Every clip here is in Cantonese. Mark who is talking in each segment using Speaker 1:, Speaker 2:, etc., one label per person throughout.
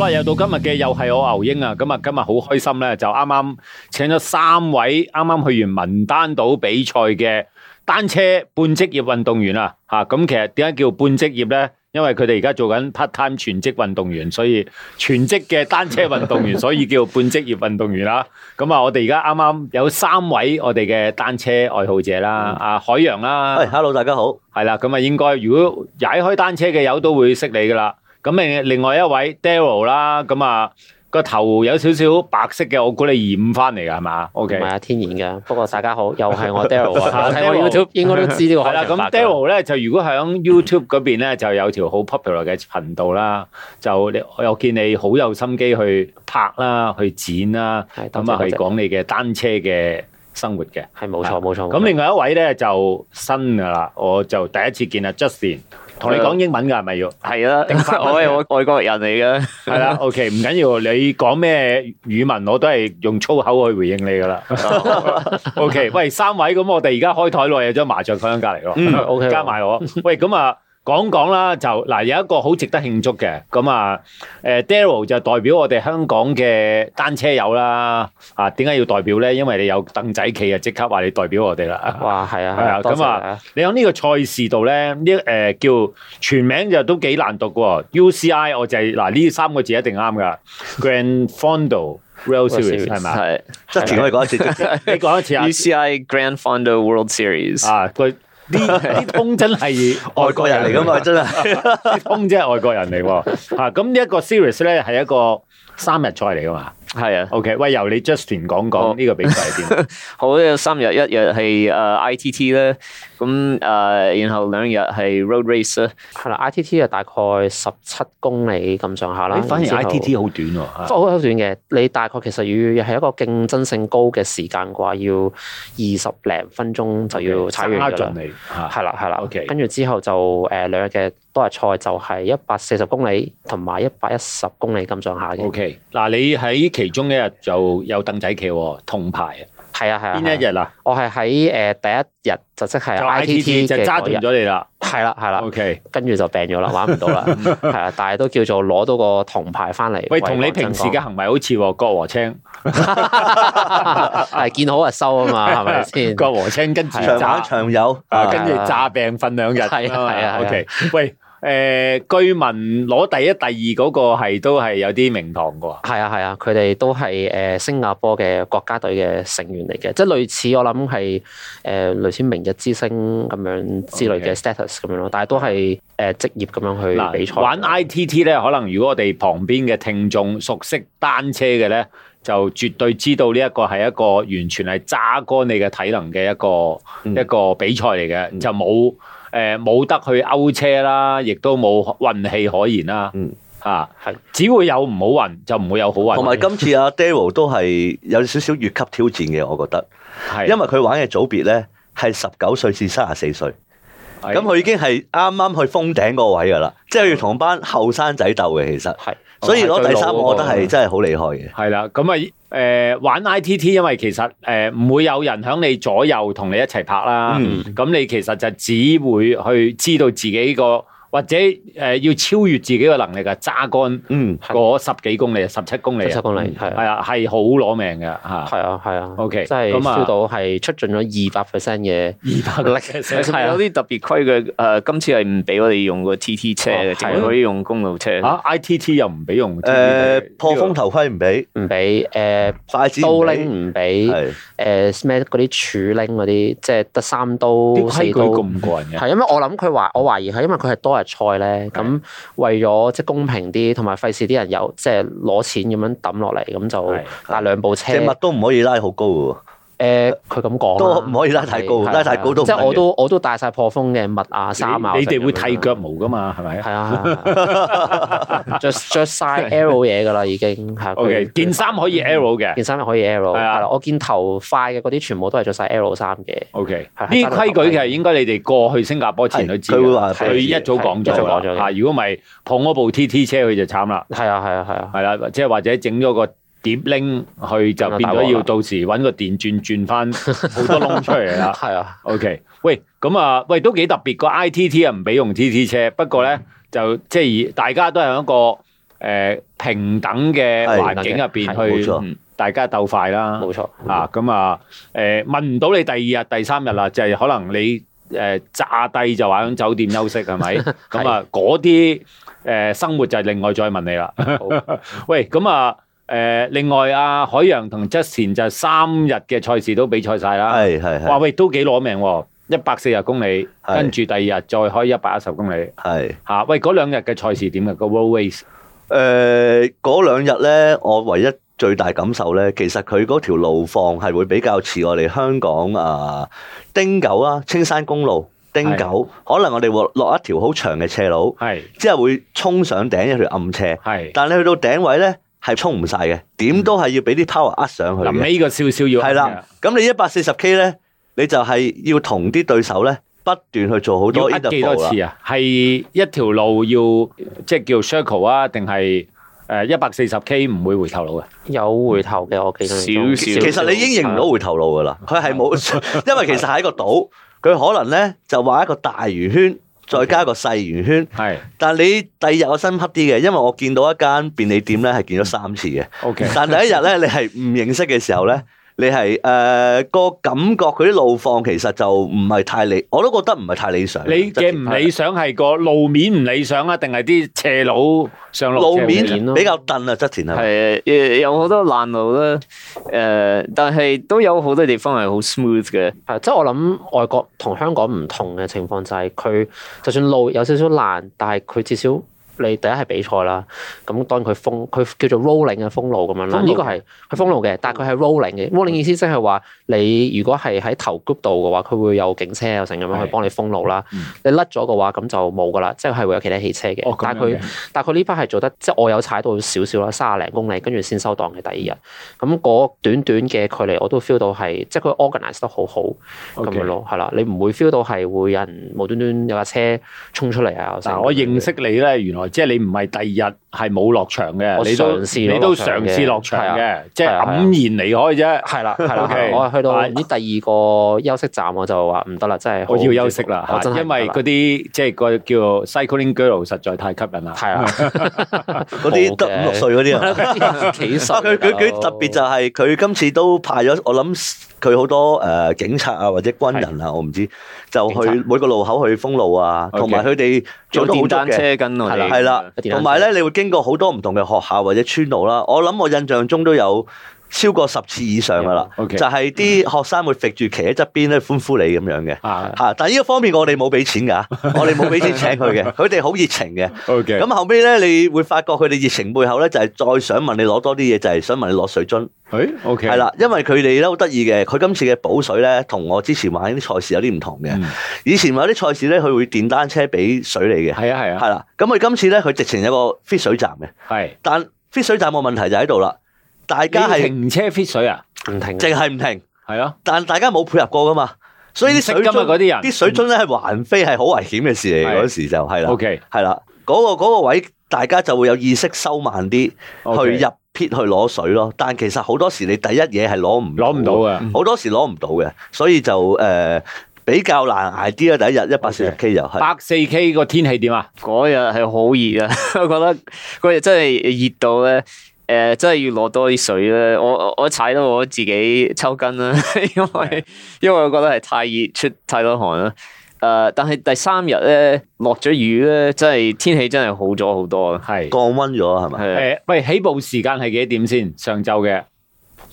Speaker 1: 啊，又到今日嘅又係我牛英啊，咁啊今日好開心咧，就啱啱請咗三位啱啱去完文丹島比賽嘅單車半職業運動員啊，吓咁其實點解叫半職業咧？因為佢哋而家做緊 part time 全職運動員，所以全職嘅單車運動員，所以叫半職業運動員啦。咁啊，我哋而家啱啱有三位我哋嘅單車愛好者啦，啊海洋啦。
Speaker 2: 喂，hello，大家好。
Speaker 1: 系啦，咁啊應該如果踩開單車嘅友都會識你噶啦。咁另另外一位 Daryl 啦，咁啊個頭有少少白色嘅，我估你染翻嚟噶係嘛
Speaker 3: 唔
Speaker 1: ？OK，，
Speaker 3: 係啊，天然㗎。不過大家好，又係我 Daryl 啊睇我
Speaker 1: Daryl
Speaker 3: YouTube 應該都知呢個
Speaker 1: 係啦。
Speaker 3: 開
Speaker 1: 咁
Speaker 3: 場白㗎
Speaker 1: Daryl 咧就如果喺 YouTube 嗰邊咧就有條好 popular 嘅頻道啦，就你我見你好有心機去拍啦、去剪啦，
Speaker 3: 係多謝
Speaker 1: 咁啊
Speaker 3: 多
Speaker 1: 去
Speaker 3: 謝
Speaker 1: 講你嘅單車嘅生活嘅。
Speaker 3: 係冇錯冇錯。
Speaker 1: 咁另外一位咧就新噶啦，我就第一次見啊 Justin，同你講英文㗎係咪要？
Speaker 2: 系啊，
Speaker 1: 定法文
Speaker 2: 我係外外國人嚟
Speaker 1: 系啦，OK，唔緊 要，你講咩語文我都係用粗口去回應你噶 啦。OK，喂，三位咁，我哋而家開台內有張麻雀喺隔離喎。
Speaker 3: 嗯 OK 喎
Speaker 1: 加埋我。喂，咁啊，講講啦，就嗱有一個好值得慶祝嘅，咁啊，誒 Daryl 就代表我哋香港嘅單車友啦。啊，點解要代表咧？因為你有凳仔企啊，即刻話你代表我哋啦。
Speaker 3: 哇，係啊，係
Speaker 1: 係啊
Speaker 3: 啊，多謝
Speaker 1: 咁啊
Speaker 3: 大家
Speaker 1: 你喺呢個賽事度咧，呢誒、呃叫全名就都幾難讀嘅喎。UCI 我就係嗱呢三個字一定啱噶。Grand Fondo Rail
Speaker 3: World
Speaker 1: Series
Speaker 3: Series，
Speaker 1: 係咪？啊
Speaker 2: 嘅，系。側田可以講一次 側田
Speaker 1: 你講一次啊！
Speaker 2: ，UCI Grand Fondo World Series，
Speaker 1: 啊，佢呢呢通真係
Speaker 2: 外國人嚟噶嘛，真係。
Speaker 1: 呢通真係外國人嚟喎。嚇咁呢一個 series 咧係一個三日賽嚟噶嘛
Speaker 2: 係啊，
Speaker 1: ？OK，喂，由你 Justin 講講
Speaker 2: 好
Speaker 1: 呢個比賽係點？
Speaker 2: 好有三日，一日係誒 ITT 咧，咁誒然後兩日係 road race 啦。
Speaker 3: 係啦，ITT 啊，大概十七公里咁上下 啦。
Speaker 1: 你反而
Speaker 3: 然之後
Speaker 1: ITT 好短喎啊。
Speaker 3: 好好短嘅，你大概其實要係一個競爭性高嘅時間嘅話，要二十零分鐘就要踩完㗎
Speaker 1: 盡
Speaker 3: 啦。
Speaker 1: 你嚇。
Speaker 3: 係啦，係啦
Speaker 1: OK
Speaker 3: 跟住之後就誒兩日嘅多日賽就係一百四十公里同埋一百一十公里咁上下嘅
Speaker 1: O。K，嗱你喺其中一日就有凳仔企喎，銅牌啊。
Speaker 3: 係啊，係啊。係啊
Speaker 1: 邊一日啊？
Speaker 3: 我係喺誒第一日就即係
Speaker 1: 就
Speaker 3: I T
Speaker 1: ITT
Speaker 3: T
Speaker 1: 就
Speaker 3: 嘅
Speaker 1: 揸
Speaker 3: 嗰
Speaker 1: 斷
Speaker 3: 日，
Speaker 1: 咗哦你啦。
Speaker 3: 係啦係啦，
Speaker 1: OK，
Speaker 3: 跟住就病咗啦，玩 唔到啦，係啊，但係都叫做攞到個銅牌翻嚟。
Speaker 1: 喂，同你平時嘅行為好似喎，割和青，
Speaker 3: 係見好就收啊 嘛，係咪先？
Speaker 1: 割和青跟住
Speaker 3: 係
Speaker 2: 長
Speaker 1: 炸
Speaker 2: 玩，長有，
Speaker 1: 啊
Speaker 3: 係
Speaker 1: 跟住炸病瞓兩日。
Speaker 3: 係啊係啊係啊
Speaker 1: o k 喂，誒，據聞攞第一、第二嗰個係都係有啲名堂嘅喎。
Speaker 3: 係啊係啊，佢哋都係誒新加坡嘅國家隊嘅成員嚟嘅，即係類似我諗係誒類似明日之星咁樣之類
Speaker 1: OK
Speaker 3: 嘅 status 咁樣咯，但係都係誒職業咁樣去比賽。
Speaker 1: 玩 ITT 咧，可能如果我哋旁邊嘅聽眾熟悉單車嘅咧，就絕對知道呢一個係一個完全係揸乾你嘅體能嘅一個、
Speaker 3: 嗯
Speaker 1: 一個比賽嚟嘅，
Speaker 4: 嗯
Speaker 1: 就冇誒冇得去勾車啦，亦都冇運氣可言啦。
Speaker 3: 嗯
Speaker 1: 啊，
Speaker 3: 係
Speaker 1: 只會有唔好運，就唔會有好運。
Speaker 4: 同埋今次阿 Daryl 都係有少少越級挑戰嘅，我覺得，
Speaker 1: 係
Speaker 4: 因為佢玩嘅組別咧係十九歲至三十四歲，
Speaker 1: 係
Speaker 4: 咁佢已經係啱啱去封頂嗰個位噶啦，即係要同班後生仔鬥嘅其實，
Speaker 3: 係
Speaker 4: 所以攞第
Speaker 1: 哦係最老嗰
Speaker 4: 三
Speaker 1: 個
Speaker 4: 我覺得
Speaker 3: 啊
Speaker 4: 係真係好厲害嘅，
Speaker 1: 係啦，咁啊，诶、玩 I T T，因為其實诶唔、會有人響你左右同你一齊拍啦，
Speaker 4: 嗯
Speaker 1: 咁、你其實就只會去知道自己個或者诶、誒要超越自己嘅能力嘅揸乾
Speaker 4: 嗯，
Speaker 1: 嗰十幾公里、十七公里
Speaker 3: 七
Speaker 1: 啊
Speaker 3: 十，公里係啊
Speaker 1: 係啊，係好攞命嘅吓，
Speaker 3: 係啊係啊
Speaker 1: OK，
Speaker 3: 即係
Speaker 1: 咁啊
Speaker 3: feel 到係出盡咗二百 percent 嘅。
Speaker 1: 二百力
Speaker 3: 係啊
Speaker 2: 有啲特別規矩，誒今次係唔俾我哋用個 TT 車嘅，
Speaker 3: 哦
Speaker 2: 淨
Speaker 3: 係
Speaker 2: 係可以用公路車。
Speaker 1: 吓 I T T 又唔俾用，
Speaker 4: 誒呃破風頭盔唔俾，
Speaker 1: 嗯
Speaker 3: 唔俾誒
Speaker 4: 筷子
Speaker 3: 刀
Speaker 4: 唔俾，
Speaker 3: 拎唔俾
Speaker 4: 係
Speaker 3: 誒咩嗰啲柱拎嗰啲，即係得三刀
Speaker 1: 啲規
Speaker 3: 四
Speaker 1: 矩
Speaker 3: 刀。
Speaker 1: 咁過 人嘅，
Speaker 3: 係因為我諗佢懷，我懷疑係因為佢係多日賽咧，咁為咗即係公平啲，同埋費事啲人有即係攞錢咁樣抌落嚟，咁就
Speaker 1: 係
Speaker 3: 帶兩部車。
Speaker 4: 隻
Speaker 3: 誒
Speaker 4: 襪，都唔可以拉好高嘅喎，
Speaker 3: 佢咁講
Speaker 4: 都
Speaker 3: 啦
Speaker 4: 唔可以拉太高
Speaker 3: 係係
Speaker 4: 拉太高都唔
Speaker 3: 即
Speaker 4: 緊
Speaker 3: 係
Speaker 4: 要
Speaker 3: 我都我都帶晒破風嘅襪啊衫啊。
Speaker 1: 你你哋會
Speaker 3: 成咁樣
Speaker 1: 剃腳毛噶嘛， 係咪
Speaker 3: 係啊，係啊着着晒 arrow 嘢噶啦，已經係。
Speaker 1: ？O K，
Speaker 3: 佢
Speaker 1: 件衫可以 arrow 嘅。
Speaker 3: 件衫又可以 arrow，
Speaker 1: 係啊
Speaker 3: 係啦，我見頭快嘅嗰啲全部都係着晒 arrow 衫嘅，
Speaker 1: O K，呢
Speaker 3: 係
Speaker 1: 啲規矩其實應該你哋過去新加坡前都知㗎，
Speaker 4: 係佢會話
Speaker 1: 佢
Speaker 4: 俾你知
Speaker 1: 一早講
Speaker 3: 係一
Speaker 1: 咗
Speaker 3: 早
Speaker 1: 啦啊
Speaker 3: 講咗嘅
Speaker 1: 嚇如果唔係碰嗰部 T T 車，佢就慘啦，
Speaker 3: 係啊係啊係啊，
Speaker 1: 係啦，即係或者整咗個碟拎去就變咗
Speaker 3: 啊
Speaker 1: 要到時揾個電轉轉 翻好多窿出嚟啦。
Speaker 3: 係啊，
Speaker 1: O K，喂，咁啊，喂都幾
Speaker 3: 嗯
Speaker 1: 特別個 I T T 啊，唔俾用 T T 車，不過咧就即係大家都係一個诶平等嘅
Speaker 4: 係
Speaker 1: 環境入边
Speaker 3: 係
Speaker 4: 冇
Speaker 1: 去
Speaker 4: 錯
Speaker 1: 嗯大家鬥快啦。
Speaker 3: 冇錯。
Speaker 1: 啊，咁啊，誒、問唔到你第二日、第三日啦，就係、可能你誒、炸低就話喺酒店休息係咪？咁啊，嗰啲誒生活就另外再問你啦。 喂，咁啊，誒、另外啊，海洋同 Justin 就三日嘅賽事都比賽晒啦。
Speaker 4: 係係
Speaker 1: 哇，
Speaker 4: 係
Speaker 1: 喂，都幾攞命喎！一百四十公里，
Speaker 4: 係
Speaker 1: 跟住第二日再開一百一十公里，
Speaker 4: 係。
Speaker 1: 嚇、喂，嗰兩日嘅賽事點啊？個 road race
Speaker 4: 誒嗰兩日咧，我唯一最大感受咧，其實佢嗰條路況係會比較似我哋香港啊汀九啦、青山公路汀九，可能我哋會落一條好長嘅斜路，
Speaker 1: 係
Speaker 4: 之後會衝上頂一條暗斜，
Speaker 1: 係
Speaker 4: 但係你去到頂位咧係衝唔晒嘅，點都係要俾啲 power 呃上去
Speaker 1: 臨
Speaker 4: 嘅。
Speaker 1: 尾個少少要
Speaker 4: 係啦，咁你一百四十 K 咧，你就係要同啲對手咧不斷去做好
Speaker 1: 要
Speaker 4: 多
Speaker 1: 呃幾多
Speaker 4: interval 啦。
Speaker 1: 次啊？係一條路要即係叫 circle 啊，定係誒一百四十 K 唔會回頭路嘅？
Speaker 3: 有回頭嘅，我記得
Speaker 2: 少
Speaker 4: 其
Speaker 2: 少
Speaker 4: 其實你已經認唔到回頭路噶啦，佢係冇， 因為其實係一個島，佢可能咧就畫一個大圓圈，再加一個細 圓圈。
Speaker 1: 係
Speaker 4: 但你第二日我深刻啲嘅，因為我見到一間便利店咧係見咗三 次嘅，
Speaker 1: OK
Speaker 4: 但第一日咧你係唔認識嘅時候咧。你係誒個感覺，佢啲路況其實就唔係太理，我都覺得唔係太理想。
Speaker 1: 你嘅唔理想係個路面唔理想啊，定係啲斜路上落
Speaker 4: 路
Speaker 1: 斜
Speaker 4: 面
Speaker 1: 位啊
Speaker 3: 面咯
Speaker 4: 比較蹬啊，側田係咪
Speaker 2: 係誒有好多爛路啦，誒、但係都有好多地方係好 smooth 嘅，
Speaker 3: 係，即係我諗外國同香港唔同嘅情況就係佢就算路有少少爛，但係佢至少你第一係比賽啦，咁當然佢封佢叫做 rolling 嘅封路咁樣啦，
Speaker 1: 封路
Speaker 3: 呢個係佢封路嘅，但係佢係 rolling 嘅，rolling 意思即係話你如果係喺頭 group 度嘅話，佢會有警車有成咁樣
Speaker 1: 係
Speaker 3: 去幫你封路啦
Speaker 1: 嗯，
Speaker 3: 你甩咗嘅話咁就冇噶啦，即係係會有其他汽車
Speaker 1: 哦
Speaker 3: 嘅，
Speaker 1: 咁
Speaker 3: 但
Speaker 1: 樣
Speaker 3: 係佢
Speaker 1: 嘅。
Speaker 3: 但係佢呢班係做得，即係我有踩到少少啦，三十零公里，跟住先收檔嘅第二日。咁嗰短短嘅距離，我都 feel 到係，即係佢 organize 得好好咁
Speaker 1: OK
Speaker 3: 樣咯，係啦，你唔會 feel 到係會有人無端端有架車衝出嚟啊！
Speaker 1: 嗱，我認識你咧，原來即係你唔係第二日係冇落場嘅，
Speaker 3: 我
Speaker 1: 你都
Speaker 3: 嘗試
Speaker 1: 你都
Speaker 3: 落場
Speaker 1: 嘗
Speaker 3: 嘅
Speaker 1: 試落場
Speaker 3: 係
Speaker 1: 嘅，即係
Speaker 3: 係啊係啊
Speaker 1: 黯然離開啫。
Speaker 3: 係 啦，係啦
Speaker 1: OK，
Speaker 3: 我係去到
Speaker 1: 拜
Speaker 3: 唔知第二個休息站，我就話唔得啦，真係好
Speaker 1: 我要休息啦
Speaker 3: 我真
Speaker 1: 嚇，
Speaker 3: 係
Speaker 1: 因為嗰啲即係個叫 cycling girl 實在太吸引啦。
Speaker 3: 係啦，啊
Speaker 4: 嗰啲得
Speaker 1: 哦
Speaker 4: 五六歲嗰啲啊。
Speaker 3: 幾十
Speaker 4: 啊！佢佢佢特別就係佢今次都派咗，我諗佢好多誒、呃警察啊或者軍人啊，我唔知就
Speaker 3: 警察
Speaker 4: 去每個路口去封路啊，
Speaker 1: OK
Speaker 4: 同埋佢哋做
Speaker 2: 做
Speaker 4: 得好
Speaker 2: 電
Speaker 4: 足
Speaker 2: 單
Speaker 4: 嘅。
Speaker 2: 車跟我
Speaker 4: 係
Speaker 2: 哋
Speaker 4: 啦，係啦，
Speaker 3: 電單車
Speaker 4: 同埋咧，你會經過好多唔同嘅學校或者村路啦。我諗我印象中都有超過十次以上噶啦，
Speaker 1: OK
Speaker 4: 就係啲學生會揈住企喺側邊咧歡呼你咁樣嘅
Speaker 1: 啊
Speaker 4: 嚇。但係呢個方面我哋冇俾錢㗎，我哋冇俾錢請佢嘅，佢哋好熱情嘅。
Speaker 1: ，OK，
Speaker 4: 咁後尾咧，你會發覺佢哋熱情背後咧，就係再想問你攞多啲嘢，就係想問你攞水樽，
Speaker 1: 誒，OK，
Speaker 4: 係，啦，因為佢哋咧好得意嘅，佢今次嘅補水咧，同我之前玩啲賽事有啲唔同嘅
Speaker 1: 嗯。
Speaker 4: 以前有啲賽事咧，佢會電單車俾水你嘅，
Speaker 1: 係啊，係啊，
Speaker 4: 係啦。咁佢今次咧，佢直情有個 fit 水站嘅，
Speaker 1: 係。
Speaker 4: 但 fit 水站個問題就喺度啦，大
Speaker 1: 你
Speaker 4: 家係
Speaker 1: 停車 fit 水啊？
Speaker 3: 唔停
Speaker 4: 淨係唔停，
Speaker 1: 係啊，
Speaker 4: 但大家冇配合過噶嘛，所以啲水
Speaker 1: 唔識㗎嘛
Speaker 4: 樽
Speaker 1: 嗰啲人
Speaker 4: 啲水樽咧係環飛係好危險嘅事嚟，
Speaker 1: 係
Speaker 4: 嗰時就係啦。
Speaker 1: OK，
Speaker 4: 係啦，嗰、個嗰個位大家就會有意識收慢啲
Speaker 1: OK
Speaker 4: 去入撇去攞水咯。但其實好多時你第一嘢係攞唔
Speaker 1: 攞唔到啊
Speaker 4: 嘅，
Speaker 1: 嘅。
Speaker 4: 好多時攞唔到嘅，所以就誒、呃比較難捱啲啦。第一日一百四十 K 又係。
Speaker 1: 百四 K 個天氣點啊？
Speaker 2: 嗰日係好熱啊！ 我覺得嗰日真係熱到咧，誒、真係要攞多啲水咧。我我我踩到我自己抽筋啦， 因
Speaker 4: 啊
Speaker 2: 為因為我覺得係太熱，出太多汗啦。誒、但係第三日咧落咗雨咧，真係天氣真係好咗好多啊！
Speaker 1: 係
Speaker 4: 降温咗係咪？
Speaker 2: 係啊
Speaker 1: 誒，喂，起步時間係幾點先？上晝嘅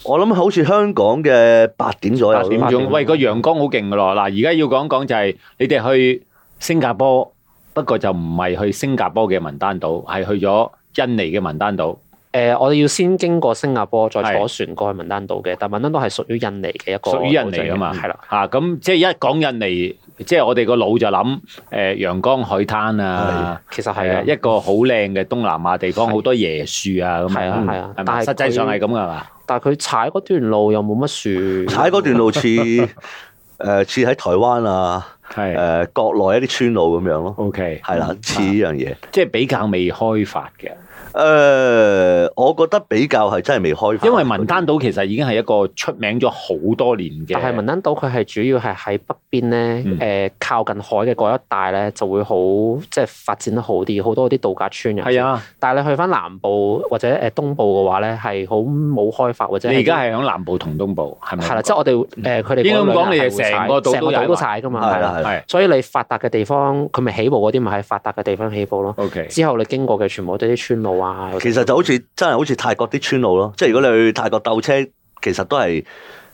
Speaker 4: 我諗好似香港嘅八點左右
Speaker 1: 八
Speaker 4: 咯，
Speaker 1: 點
Speaker 3: 八點
Speaker 1: 鐘。
Speaker 3: 鐘
Speaker 1: 喂，個陽光好勁噶咯。嗱，而家要講講就係你哋去新加坡，不過就唔係去新加坡嘅文丹島，係去咗印尼嘅文丹島。
Speaker 3: 誒，我哋要先經過新加坡，再坐
Speaker 1: 係
Speaker 3: 船過去文丹島嘅，但文丹島係屬於印尼嘅一個
Speaker 1: 屬於印尼啊嘛，
Speaker 3: 島嶼係啦，
Speaker 1: 啊咁即係一講印尼，即係我哋個腦就諗誒陽光海灘啊，
Speaker 3: 其實係
Speaker 1: 係
Speaker 3: 啊
Speaker 1: 啊，一個好靚嘅東南亞地方，
Speaker 3: 係
Speaker 1: 好多椰樹啊咁樣，
Speaker 3: 係啊係啊
Speaker 1: 係咪
Speaker 3: 但係
Speaker 1: 實際上係咁噶嘛，
Speaker 3: 但係佢踩嗰段路又冇乜樹，
Speaker 4: 踩嗰段路 似誒似喺台灣啊誒、
Speaker 1: 係嗯啊
Speaker 4: 國內一啲村路咁樣咯，
Speaker 1: OK，
Speaker 4: 係啦，似呢樣嘢。
Speaker 3: 啊
Speaker 1: 即係比較未開發嘅，
Speaker 4: 誒，呃我覺得比較係真係未開發，
Speaker 1: 因為文丹島其實已經係一個出名咗好多年嘅，
Speaker 3: 但啊係文登島佢係主要係喺北邊咧，誒、
Speaker 1: 嗯
Speaker 3: 靠近海嘅嗰一帶咧就會好即係發展得好啲，好多啲度假村嘅。
Speaker 1: 係啊，
Speaker 3: 但係你去翻南部或者誒東部嘅話咧，係好冇開發或者
Speaker 1: 你而家
Speaker 3: 係
Speaker 1: 係響南部同東部，係咪？
Speaker 3: 係啦，即係我哋誒佢哋
Speaker 1: 應該咁講
Speaker 3: 嗰兩
Speaker 1: 你係
Speaker 3: 係會
Speaker 1: 成
Speaker 3: 踩
Speaker 1: 個島都
Speaker 3: 成個
Speaker 1: 踩
Speaker 3: 島都
Speaker 1: 埋
Speaker 3: 踩㗎嘛，
Speaker 4: 係
Speaker 3: 係
Speaker 4: 啦
Speaker 3: 啦。
Speaker 4: 係啦，
Speaker 1: 係
Speaker 3: 所以你發達嘅地方，佢咪起步嗰啲咪喺發達嘅地方起步咯。
Speaker 1: OK，
Speaker 3: 之後你經過嘅全部都係啲村路啊，
Speaker 4: 其實就好似真係好似泰國啲村路咯，即係如果你去泰國鬥車，其實都係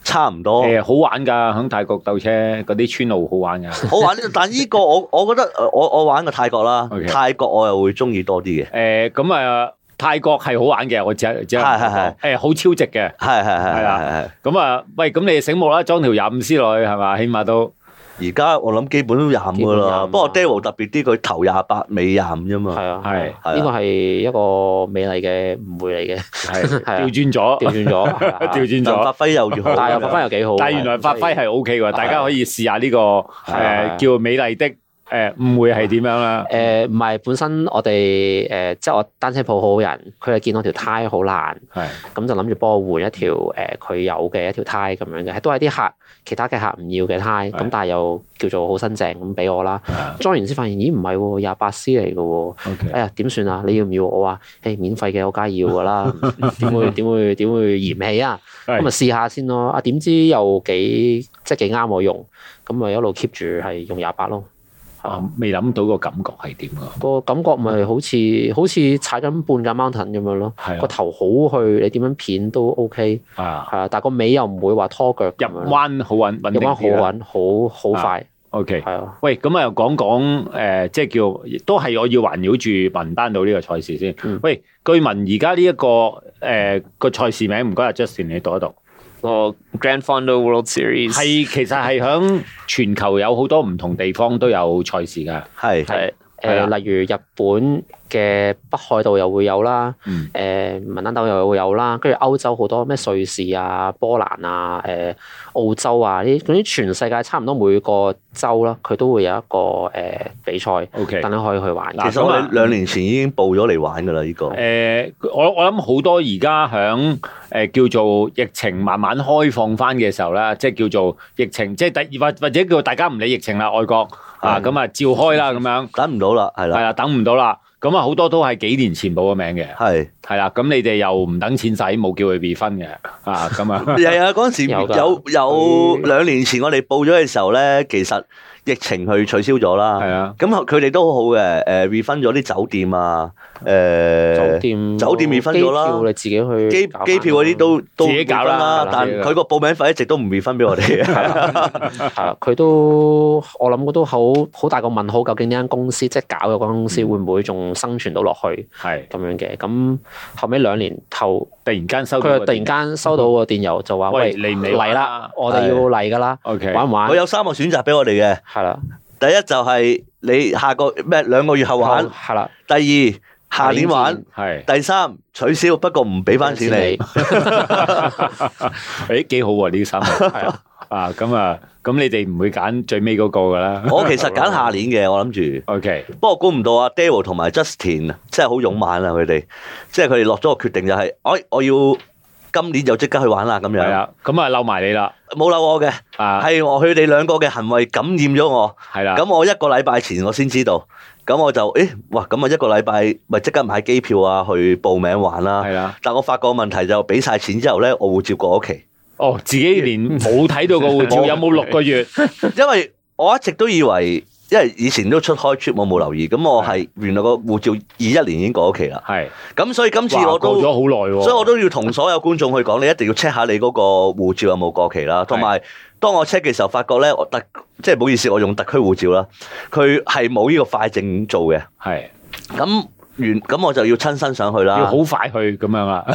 Speaker 4: 差唔多。
Speaker 1: 誒好玩㗎，響泰國鬥車嗰啲村路好玩㗎。
Speaker 4: 好玩，但呢個我我覺得呃我我玩過泰國啦
Speaker 1: OK
Speaker 4: 泰國我又會中意多啲嘅，
Speaker 1: 誒咁啊，泰國係好玩嘅，我只係只係
Speaker 4: 係係係
Speaker 1: 誒好超值嘅。
Speaker 4: 係係係
Speaker 1: 係啦
Speaker 4: 係係。
Speaker 1: 咁啊，喂，咁你醒目啦，裝條廿五 C 落去係嘛？起碼都
Speaker 4: 而家我諗基本都廿五噶
Speaker 3: 基本
Speaker 4: 啦，
Speaker 3: 25
Speaker 4: 不過 Daryl 特別啲，佢頭廿八尾廿五啫嘛。
Speaker 3: 係啊，
Speaker 1: 係
Speaker 4: 係啊
Speaker 3: 啊呢個係一個美麗嘅誤會嚟嘅，
Speaker 1: 係
Speaker 3: 係啊
Speaker 1: 調轉咗，
Speaker 3: 調轉咗， 係啊
Speaker 1: 調轉
Speaker 4: 但
Speaker 1: 咗
Speaker 4: 發。揮又要 好，
Speaker 3: 但係又發揮又幾好。啊
Speaker 1: 但係原來發揮係 O K
Speaker 4: 係
Speaker 1: 喎，大家可以試下呢個誒
Speaker 3: 係
Speaker 1: 叫美麗的誒誤會係點樣啦。
Speaker 3: 誒呃唔係本身我哋誒、即係我單車鋪好人，佢係見我條胎好爛，
Speaker 1: 係
Speaker 3: 咁就諗住幫我換一條誒佢、有嘅一條胎咁樣嘅，都係啲客其他嘅客唔要嘅胎，
Speaker 1: 係
Speaker 3: 咁但係又叫做好新淨咁俾我啦。
Speaker 1: 啊
Speaker 3: 裝完先發現，咦唔係喎，廿八 C 嚟嘅喎，
Speaker 1: ，OK，
Speaker 3: 哎呀點算啊？你要唔要？我話誒免費嘅我梗係要 㗎啦，點會點會點會嫌棄啊？
Speaker 1: 係
Speaker 3: 咁咪試下先咯。啊點知又幾即係幾啱我用，咁咪一路 keep 住係用廿八咯。係啊
Speaker 1: 啊未諗到個感覺係點㗎？
Speaker 3: 個感覺咪好似好似踩緊半架 mountain 咁樣咯，
Speaker 1: 係啊
Speaker 3: 個頭好去，你點樣片都 OK，
Speaker 1: 啊，
Speaker 3: 係啊，但係個尾又唔會話拖腳
Speaker 1: 入
Speaker 3: 咁樣，
Speaker 1: 彎好穩穩
Speaker 3: 入
Speaker 1: 定
Speaker 3: 彎好
Speaker 1: 啲啦。
Speaker 3: 穩，好好快，
Speaker 1: OK。
Speaker 3: 係啊，
Speaker 1: 喂，咁啊，講講誒，呃即係叫都係我要環繞住文丹島呢個賽事先。
Speaker 3: 嗯
Speaker 1: 喂，據聞而家呢一個誒個賽事名，唔該阿 Justin 你讀一讀。
Speaker 2: 我 Grand Final World Series
Speaker 1: 係其實係響全球有好多唔同地方都有賽事㗎。
Speaker 4: 係
Speaker 2: 係
Speaker 1: 係啊
Speaker 3: 誒，例如日本嘅北海道又會有啦，
Speaker 1: 嗯
Speaker 3: 誒文丹島又會有啦，跟住歐洲好多咩瑞士啊、波蘭啊、誒澳洲啊，呢總之全世界差唔多每個州啦，佢都會有一個誒比賽，
Speaker 1: OK，
Speaker 3: 等你可以去玩嘅
Speaker 1: 嗱。
Speaker 4: 其實我哋兩年前已經報咗嚟玩噶啦，呢個
Speaker 1: 誒、呃我我諗好多而家響誒叫做疫情慢慢開放翻嘅時候啦，即係叫做疫情，即係第或或者叫大家唔理疫情啦，外國啊
Speaker 3: 嗯
Speaker 4: 係
Speaker 1: 咁啊照開啦咁樣，
Speaker 4: 等唔到啦，係
Speaker 1: 係
Speaker 4: 啦，
Speaker 1: 啦，等唔到啦，咁啊好多都係幾年前報嘅名嘅。
Speaker 4: 係
Speaker 1: 系啦，咁你哋又唔等錢使，冇叫佢 r 婚嘅，啊咁 啊，
Speaker 4: 係啊！嗰陣時
Speaker 3: 有㗎
Speaker 4: 有有
Speaker 3: 佢
Speaker 4: 兩年前我哋報咗嘅時候咧，其實疫情去取消咗啦
Speaker 1: 係。啊，
Speaker 4: 咁佢哋都好好嘅，誒 refund 咗啲酒店啊，
Speaker 3: 酒
Speaker 4: 誒
Speaker 3: 店
Speaker 4: 酒店 refund 咗啦
Speaker 3: 機票你自己去
Speaker 4: 機
Speaker 3: 搞返啦
Speaker 4: 機票嗰啲都都
Speaker 1: 自己搞啦
Speaker 4: refund
Speaker 1: 係啦
Speaker 4: 但
Speaker 1: 自己搞
Speaker 4: 佢個報名費一直都唔 refund 俾我 哋。
Speaker 3: 係啦，佢都我諗都好好大個問號，究竟呢間公司即係搞嘅嗰間公
Speaker 4: 嗯
Speaker 3: 司會唔會仲生存到落去
Speaker 1: 係
Speaker 3: 咁樣嘅？咁後尾兩年後，
Speaker 1: 突然間收到個
Speaker 3: 佢就突然
Speaker 1: 電話，
Speaker 3: 間收到個電郵就話：
Speaker 1: 喂
Speaker 3: 喂，
Speaker 4: 嗯
Speaker 1: 嚟唔嚟玩
Speaker 3: 嚟
Speaker 1: 啊
Speaker 3: 啦？我哋要嚟㗎啦，
Speaker 1: ，OK，
Speaker 3: 玩唔玩
Speaker 4: 我？有三個選擇俾我哋嘅，
Speaker 3: 係啦，
Speaker 4: 第一就係你下個咩兩個月後玩，
Speaker 3: 係啦，
Speaker 4: 第二下年
Speaker 3: 下
Speaker 4: 玩
Speaker 3: 年，
Speaker 1: 係，
Speaker 4: 第三取消，不過唔俾翻錢你。
Speaker 1: 诶幾好喎呢三個，
Speaker 3: 係啊
Speaker 1: 啊咁啊，咁你哋唔會揀最尾嗰個噶啦
Speaker 4: 我其實 揀下年嘅，我諗住。
Speaker 1: ，OK，
Speaker 4: 不過估唔到啊 d a r y l 同埋 Justin 真係好勇猛啊！佢哋即係佢哋落咗個決定就係、我我要今年就即刻去玩啦咁
Speaker 1: 係
Speaker 4: 樣。
Speaker 1: 啦，咁啊嬲埋你啦，
Speaker 4: 冇漏我嘅，
Speaker 1: 啊
Speaker 4: 係我佢哋兩個嘅行為感染咗我。
Speaker 1: 係啦，
Speaker 4: 咁我一個禮拜前我先知道，咁我就誒哇咁啊一個禮拜咪即刻買機票啊去報名玩啦。
Speaker 1: 係啦，
Speaker 4: 但我發覺問題就俾晒錢之後咧，我護照過屋企，
Speaker 1: 哦自己連冇睇到個護照，
Speaker 4: 冇
Speaker 1: 有冇六個 月？
Speaker 4: 因為我一直都以為，因為以前都出開 trip 我冇留意，咁我係原來個護照二一年已經過屋企啦，
Speaker 1: 係，
Speaker 4: 咁所以今次
Speaker 1: 哇
Speaker 4: 我
Speaker 1: 過咗
Speaker 4: 都。
Speaker 1: 好耐喎，
Speaker 4: 所以我都要同所有觀眾去講，你一定要 check 下你嗰個護照有冇過期啦。同埋，當我 check 嘅時候，發覺咧，我特即係唔好意思，我用特區護照啦，佢係冇呢個快證做嘅。
Speaker 1: 係
Speaker 4: 咁原咁我就要親身上去啦。
Speaker 1: 要好快去咁樣啊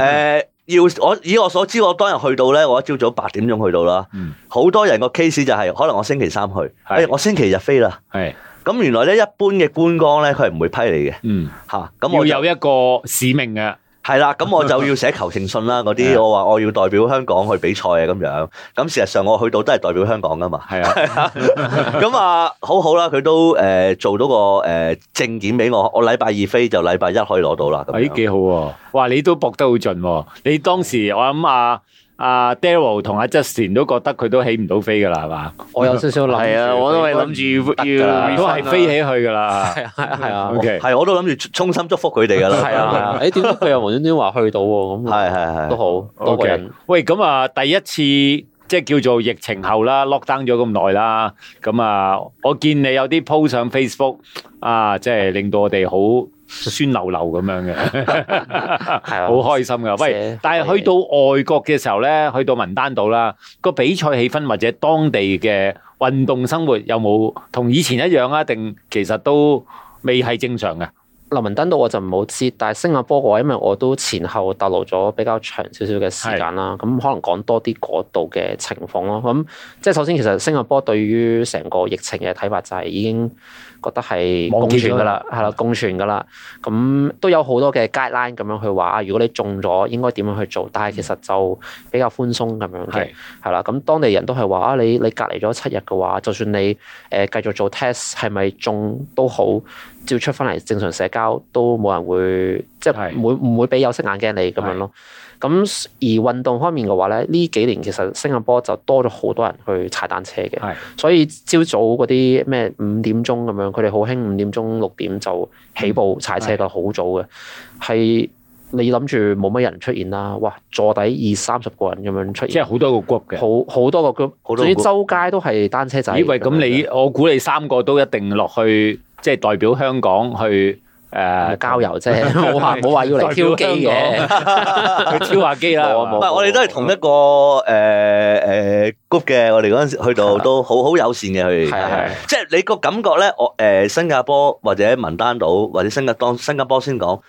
Speaker 4: 誒、，要我以我所知，我當日去到咧，我一朝早八點鐘去到啦
Speaker 1: 嗯。
Speaker 4: 好、多人個 case 就係、可能我星期三去，誒、我星期日飛啦。
Speaker 1: 係，
Speaker 4: 咁原來咧，一般嘅觀光咧，佢係唔會批你嘅
Speaker 1: 嗯，
Speaker 4: 嚇。咁、我
Speaker 1: 要有一個使命嘅，啊
Speaker 4: 係啦，咁我就要寫求情信啦，嗰
Speaker 1: 係啊
Speaker 4: 啲我話我要代表香港去比賽啊咁樣。咁事實上我去到都係代表香港噶 嘛。
Speaker 1: 系啊，
Speaker 4: 咁啊，好好啦，佢都诶做到個诶證件俾我，我禮拜二飛就禮拜一可以攞到啦。
Speaker 1: 咦
Speaker 4: 咁樣
Speaker 1: 哎幾好喎！哇，你都搏得好盡喎！你當時我諗啊啊 Daryl 同阿 Justin 都覺得佢都起唔到飛噶啦，係嘛？啊
Speaker 3: 我有少 少諗
Speaker 2: 係啊，我都係諗住要啊
Speaker 3: 得㗎
Speaker 4: 啊
Speaker 3: 啦
Speaker 1: 都
Speaker 2: 要
Speaker 1: 係飛起去噶啦。
Speaker 3: 係啊係啊係啊
Speaker 1: O K，
Speaker 4: 係我都諗住衷心祝福佢哋噶啦。
Speaker 3: 係啊係啊，誒點解佢又無端端話去到喎？咁
Speaker 4: 係係係
Speaker 3: 都好多個
Speaker 1: OK
Speaker 3: 人。
Speaker 1: 喂，咁啊，第一次即係叫做疫情後啦，lock down 咗咁耐啦，咁啊，我見你有啲 po 上 Facebook 啊，即係令到我哋好酸溜溜咁樣嘅，
Speaker 3: 啊
Speaker 1: 好開心噶。喂
Speaker 3: 寫，
Speaker 1: 但係去到外國嘅時候咧，去到民丹島啦，個比賽氣氛或者當地嘅運動生活有冇同以前一樣啊？定其實都未係正常嘅？
Speaker 3: 林文登島我就唔好知，但係新加坡嘅話，因為我都前後逗留咗比較長少少嘅時間啦，咁可能講多啲嗰度嘅情況咯。咁即係首先，其實新加坡對於成個疫情嘅睇法就係已經覺得係
Speaker 1: 忘
Speaker 3: 共
Speaker 1: 記咗
Speaker 3: 存㗎啦，係啦，共存㗎啦。咁都有好多嘅 guideline 咁樣去話，啊如果你中咗應該點樣去做，但係其實就比較寬鬆咁樣嘅。
Speaker 1: 係
Speaker 3: 係啦，咁當地人都係話啊，你你隔離咗七日嘅話，就算你誒、呃、繼續做 test 係咪中都好，照出翻嚟正常社交都冇人會即係
Speaker 1: 係
Speaker 3: 唔會唔會俾有色眼鏡你咁樣咯。咁而運動方面嘅話咧，呢幾年其實新加坡就多咗好多人去踩單車嘅，
Speaker 1: 係
Speaker 3: 所以朝早嗰啲咩五點鐘咁樣，佢哋好興五點鐘六點就起
Speaker 1: 嗯
Speaker 3: 步踩車㗎，好早嘅，係你諗住冇乜人出現啦，哇，坐底二三十個人咁樣出現
Speaker 1: 即係。好多個 group 嘅。
Speaker 3: 好好多個 group，
Speaker 4: 好多個
Speaker 3: 總之
Speaker 4: group
Speaker 3: 周街都係單車仔。
Speaker 1: 咦喂，咁
Speaker 3: 樣
Speaker 1: 你我估你三個都一定落去，即係代表香港去 誒
Speaker 3: 嘅交友啫， 冇話冇話要嚟挑機
Speaker 1: 代表
Speaker 3: 嘅，
Speaker 1: 去挑下機啦。
Speaker 3: 冇啊
Speaker 4: 唔
Speaker 3: 冇
Speaker 4: 係，我哋都係同一個誒誒 group 嘅，我哋嗰陣時去到都好好友善嘅佢
Speaker 3: 係
Speaker 4: 哋。
Speaker 3: 啊係啊
Speaker 4: 即係你個感覺咧，我誒、新加坡或者民丹島或者新加當新加坡先講，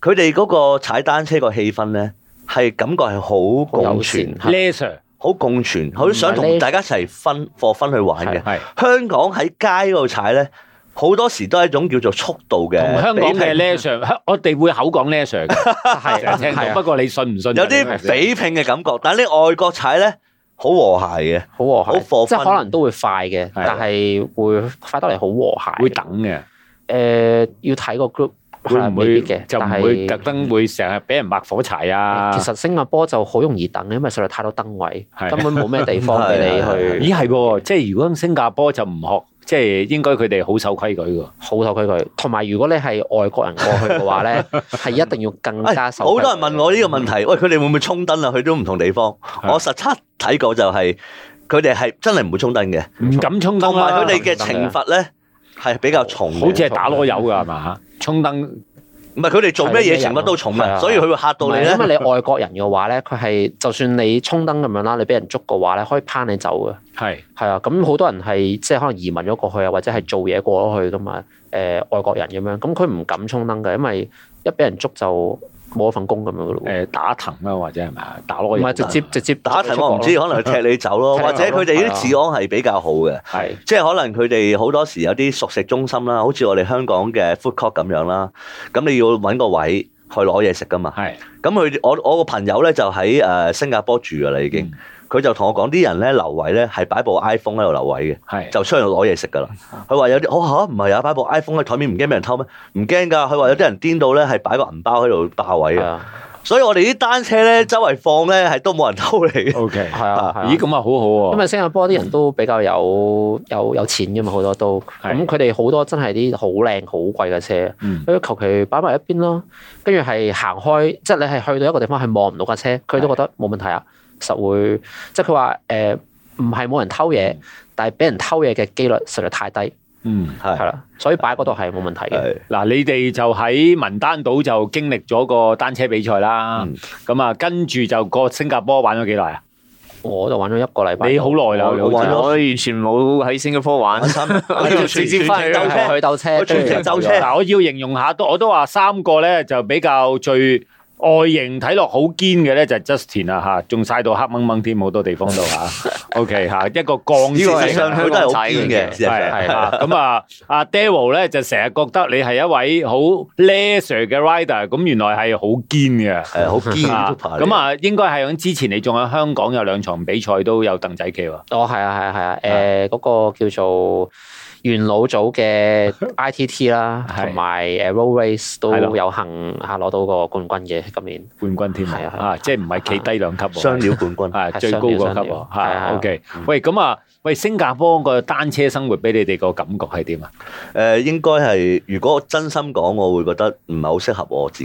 Speaker 4: 佢哋嗰個踩單車個氣氛咧，係感覺係好
Speaker 3: 好友
Speaker 4: 共
Speaker 3: 善
Speaker 4: 存，。
Speaker 3: 係
Speaker 1: Le Sir
Speaker 4: 好共存，好想
Speaker 3: 唔係
Speaker 4: 同
Speaker 3: 呢
Speaker 4: 大家一齊分課分去玩嘅。
Speaker 1: 係
Speaker 4: 香港喺街嗰度踩咧，好多時都係一種叫做速度嘅，
Speaker 1: 同香港嘅
Speaker 4: 比拼
Speaker 1: Le Sir，香我哋會口講 Le Sir 嘅，
Speaker 3: 係
Speaker 1: 成日聽
Speaker 3: 係
Speaker 1: 到。
Speaker 3: 啊
Speaker 1: 不過你信唔信？
Speaker 4: 有啲比拼嘅感覺，但係你外國踩咧，好和諧嘅。
Speaker 3: 好和
Speaker 4: 好
Speaker 3: 諧，
Speaker 4: 火
Speaker 3: 即係
Speaker 4: 分
Speaker 3: 可能都會快嘅，但係會快得嚟好和諧。
Speaker 1: 會等嘅，
Speaker 3: 誒，要睇個 group
Speaker 1: 會
Speaker 3: 係
Speaker 1: 唔
Speaker 3: 未
Speaker 1: 會
Speaker 3: 必嘅，
Speaker 1: 就唔
Speaker 3: 但
Speaker 1: 會
Speaker 3: 係
Speaker 1: 特登會成日俾人抹火柴啊？
Speaker 3: 其實新加坡就好容易等，因為實在太多燈位，
Speaker 1: 係
Speaker 3: 根本冇咩地方俾你
Speaker 4: 係係
Speaker 3: 去
Speaker 1: 咦係喎，即係如果新加坡就唔學，即係應該佢哋好守規矩㗎。
Speaker 3: 好守規矩。同埋如果你係外國人過去嘅話 咧，係一定要更
Speaker 4: 哎
Speaker 3: 加守。
Speaker 4: 好多人問我呢個問題，喂，佢哋會唔會衝燈啊？去到唔同地方，
Speaker 1: 係
Speaker 4: 我實測睇過就係佢哋係真係唔會衝燈嘅，
Speaker 1: 唔敢衝燈
Speaker 4: 同埋
Speaker 1: 啦
Speaker 4: 佢哋嘅懲罰咧係比較重嘅
Speaker 1: 好似係打攞油㗎係嘛？衝燈
Speaker 4: 唔係佢哋做咩嘢懲罰都重
Speaker 3: 係
Speaker 4: 嘅，
Speaker 3: 啊
Speaker 4: 所以佢會嚇到
Speaker 3: 唔
Speaker 4: 你
Speaker 3: 係
Speaker 4: 咧
Speaker 3: 因。 為你外國人嘅話咧，佢係就算你衝燈咁樣啦，你俾人捉嘅話咧，可以拚你走嘅。
Speaker 1: 係
Speaker 3: 係啊，咁好多人係即係可能移民咗過去啊，或者係做嘢過咗去噶嘛。誒、外國人咁樣，咁佢唔敢衝燈嘅，因為一俾人捉就冇咗份工咁樣噶咯喎。
Speaker 1: 誒打藤啊，或者係咪啊？打攞
Speaker 3: 唔
Speaker 1: 油
Speaker 3: 係直接直接
Speaker 4: 打題我唔知，可能佢踢你走咯，
Speaker 3: 踢
Speaker 4: 或
Speaker 3: 你走咯
Speaker 4: 者佢哋啲治安係比較好嘅，
Speaker 1: 係。
Speaker 4: 即係可能佢哋好多時有啲熟食中心啦，好似我哋香港嘅 food court 咁樣啦，咁你要揾個位去攞嘢食噶嘛。
Speaker 1: 係
Speaker 4: 咁佢我我個朋友咧就喺誒新加坡住噶啦已經
Speaker 1: 嗯，
Speaker 4: 佢就同我講啲人咧留位咧係擺部 iPhone 喺度留位嘅。
Speaker 1: 係
Speaker 4: 就出去攞嘢食㗎啦。佢話有啲，我嚇唔係啊，擺部 iPhone 喺台面唔驚俾人偷咩？唔驚㗎。佢話有啲人癲到咧係擺個銀包喺度霸位
Speaker 3: 係
Speaker 4: 嘅，
Speaker 3: 啊，
Speaker 4: 所以我哋啲單車咧周圍放咧係都冇人偷嚟嘅。
Speaker 1: OK。
Speaker 3: 係啊， 係啊
Speaker 1: 咦，咁啊好好喎。
Speaker 3: 因為新加坡啲人都比較有有有錢噶嘛，好多都
Speaker 1: 係
Speaker 3: 咁佢哋好多真係啲好靚好貴嘅車，
Speaker 1: 嗯
Speaker 3: 佢求其擺埋一邊咯，跟住係行開，即係你係去到一個地方係望唔到架車，佢都覺得冇問題啊，實會即係佢話誒唔係冇人偷嘢，但係俾人偷嘢嘅機率實在太低，
Speaker 1: 嗯，
Speaker 3: 係
Speaker 4: 係
Speaker 3: 啦，所以擺嗰度係冇問題嘅。
Speaker 4: 係
Speaker 1: 嗱，你哋就喺文丹島就經歷咗個單車比賽啦，
Speaker 4: 嗯
Speaker 1: 咁啊、跟住就過新加坡玩咗幾耐啊？
Speaker 3: 我就玩咗一個禮拜，
Speaker 1: 你好耐啦，
Speaker 4: 我
Speaker 1: 你好
Speaker 4: 我玩
Speaker 1: 似
Speaker 4: 咗
Speaker 2: 我完全冇喺新加坡玩
Speaker 4: 玩，三，
Speaker 2: 我就直接翻嚟啊
Speaker 4: 兜
Speaker 3: 係
Speaker 4: 車
Speaker 3: 去鬥車，
Speaker 4: 我全程
Speaker 3: 跟住
Speaker 4: 鬥
Speaker 3: 就
Speaker 4: 車
Speaker 3: 走咗
Speaker 1: 嗱，我要形容下，都我都話三個咧就比較最外形睇落好堅嘅咧就係 Justin 啦吓，仲晒到黑掹掹添，好多地方都吓。OK 吓，一個鋼
Speaker 4: 事
Speaker 2: 呢個
Speaker 4: 實
Speaker 2: 係
Speaker 1: 鐵
Speaker 4: 上佢都係好堅嘅，事實
Speaker 1: 係
Speaker 4: 上
Speaker 1: 係啊， 咁啊，阿 Daryl 咧就成日覺得你係一位好 leisure 嘅 rider，咁原來係好堅嘅。
Speaker 4: 係好堅
Speaker 1: 啊
Speaker 4: 嘅
Speaker 1: 咁，啊，應該係響之前你仲喺香港有兩場比賽都有凳仔企喎。
Speaker 3: 哦，係啊，係啊，係啊，誒嗰個叫做元老組嘅 ITT 啦，
Speaker 1: 係
Speaker 3: 同埋誒 Road Race 都
Speaker 1: 係咯
Speaker 3: 有幸嚇攞到個冠軍嘅今年。
Speaker 1: 冠軍添
Speaker 3: 係
Speaker 1: 啊
Speaker 3: 啊！係啊
Speaker 1: 啊，即係唔係企低兩級喎，
Speaker 4: 雙料冠軍。
Speaker 1: 係
Speaker 3: 係
Speaker 1: 最高嗰級喎
Speaker 3: 雙料係
Speaker 1: 嚇
Speaker 3: 啊
Speaker 1: OK，喂咁啊，喂新加坡個單車生活俾你哋個感覺係點啊？
Speaker 4: 誒應該係，如果真心講，我會覺得唔係好適合我自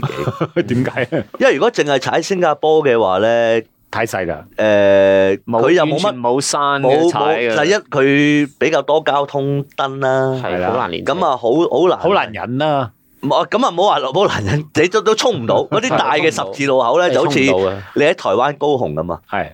Speaker 4: 己，
Speaker 1: 點解？
Speaker 4: 因為如果淨係踩新加坡嘅話咧，誒、
Speaker 1: 太細啦，
Speaker 4: 佢又冇
Speaker 2: 完
Speaker 4: 乜
Speaker 2: 全冇山
Speaker 4: 冇
Speaker 2: 嘅
Speaker 4: 冇，
Speaker 2: 踩
Speaker 4: 第
Speaker 2: 嘅，
Speaker 4: 一佢比較多交通燈啦，
Speaker 1: 哦係
Speaker 3: 係
Speaker 1: 啦
Speaker 3: 好難連
Speaker 4: 咁啊好好難，
Speaker 1: 好難忍啦。
Speaker 4: 唔係，咁啊唔好話落波難忍，你都都衝唔到嗰啲大嘅十字路口咧，
Speaker 3: 接，
Speaker 4: 就好似
Speaker 3: 你衝唔
Speaker 4: 你
Speaker 3: 到啊
Speaker 4: 喺台灣高雄咁啊。
Speaker 1: 係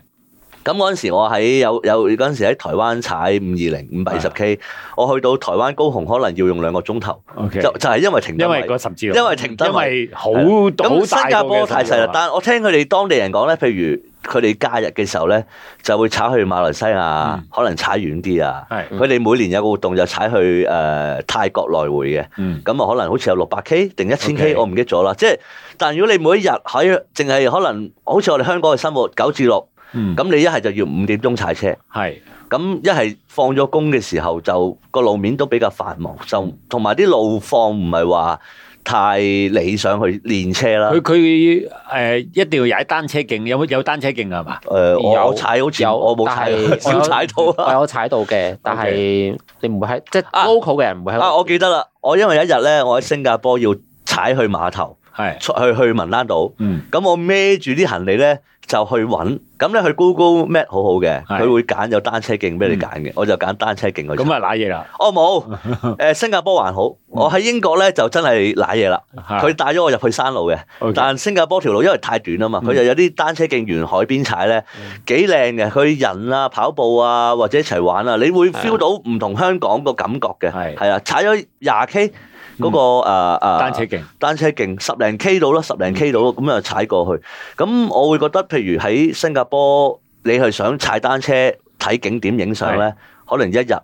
Speaker 4: 咁嗰陣時我喺有有嗰陣時喺台灣踩五二零五百二十 K，我去到台灣高雄可能要用兩個鐘頭，
Speaker 1: ，OK，
Speaker 4: 就就係因為停
Speaker 1: 因
Speaker 4: 燈
Speaker 1: 為
Speaker 4: 位。
Speaker 1: 個十字路，
Speaker 4: 因為停
Speaker 1: 因
Speaker 4: 燈位。
Speaker 1: 為好好大
Speaker 4: 咁新加
Speaker 1: 個
Speaker 4: 坡
Speaker 1: 嘅
Speaker 4: 太
Speaker 1: 十字
Speaker 4: 細
Speaker 1: 路
Speaker 4: 啦，但係我聽佢哋當地人講咧，譬如佢哋假日嘅時候咧，就會踩去馬來西亞
Speaker 1: 嗯，
Speaker 4: 可能踩遠啲啊。
Speaker 1: 係
Speaker 3: 嗯
Speaker 4: 佢哋每年有個活動就踩去誒泰國來回嘅。
Speaker 1: 嗯
Speaker 4: 咁啊，可能好似有六百 K 定一千 K，
Speaker 1: OK
Speaker 4: 我唔記得咗啦。即係，但如果你每一日喺淨係可能好似我哋香港嘅生活九至六，
Speaker 1: 嗯
Speaker 4: 咁你一係就要五點鐘踩車，
Speaker 1: 係
Speaker 4: 咁一係放咗工嘅時候就個路面都比較繁忙，就同埋啲路況唔係話太理想去練車啦。
Speaker 1: 佢佢誒一定要踩單車徑，有冇有單車徑㗎係嘛？
Speaker 4: 誒、呃我我踩好似
Speaker 3: 有
Speaker 4: 我冇踩，
Speaker 3: 但係
Speaker 4: 我有踩到啊
Speaker 3: 我
Speaker 4: 啦。
Speaker 3: 有踩到嘅，但係你唔會喺即係
Speaker 4: 啊
Speaker 3: local 嘅人唔會喺度
Speaker 4: 啊，我記得啦，我因為有一日咧，我喺新加坡要踩去碼頭，
Speaker 1: 係
Speaker 4: 出去去文丹島。
Speaker 1: 嗯
Speaker 4: 咁我孭住啲行李咧就去揾，咁咧去 Google Map 好好嘅，
Speaker 1: 係
Speaker 4: 佢會揀有單車徑俾你揀嘅，我就揀單車徑嗰
Speaker 1: 咁
Speaker 4: 種。
Speaker 1: 啊揦嘢啦，
Speaker 4: 我冇，誒新加坡還好，我喺英國咧就真係賴嘢啦。
Speaker 1: 啊
Speaker 4: 佢帶咗我入去山路嘅，
Speaker 1: 佢
Speaker 4: 但新加坡條路因為太短啊嘛，佢
Speaker 1: 嗯
Speaker 4: 就有啲單車徑沿海邊踩咧
Speaker 3: 嗯
Speaker 4: 幾靚嘅，佢人啊跑步啊或者一齊玩啊，你會
Speaker 3: 係啊
Speaker 4: feel 到唔同香港個感覺嘅，
Speaker 1: 係
Speaker 4: 係啊，踩咗廿 K 嗰
Speaker 1: 嗯
Speaker 4: 個呃誒誒
Speaker 1: 單車徑
Speaker 4: 單車徑十零 K 到啦，十零 K 到咁啊踩過去。咁我會覺得，譬如喺新加坡，你係想踩單車睇景點影相咧，可能一日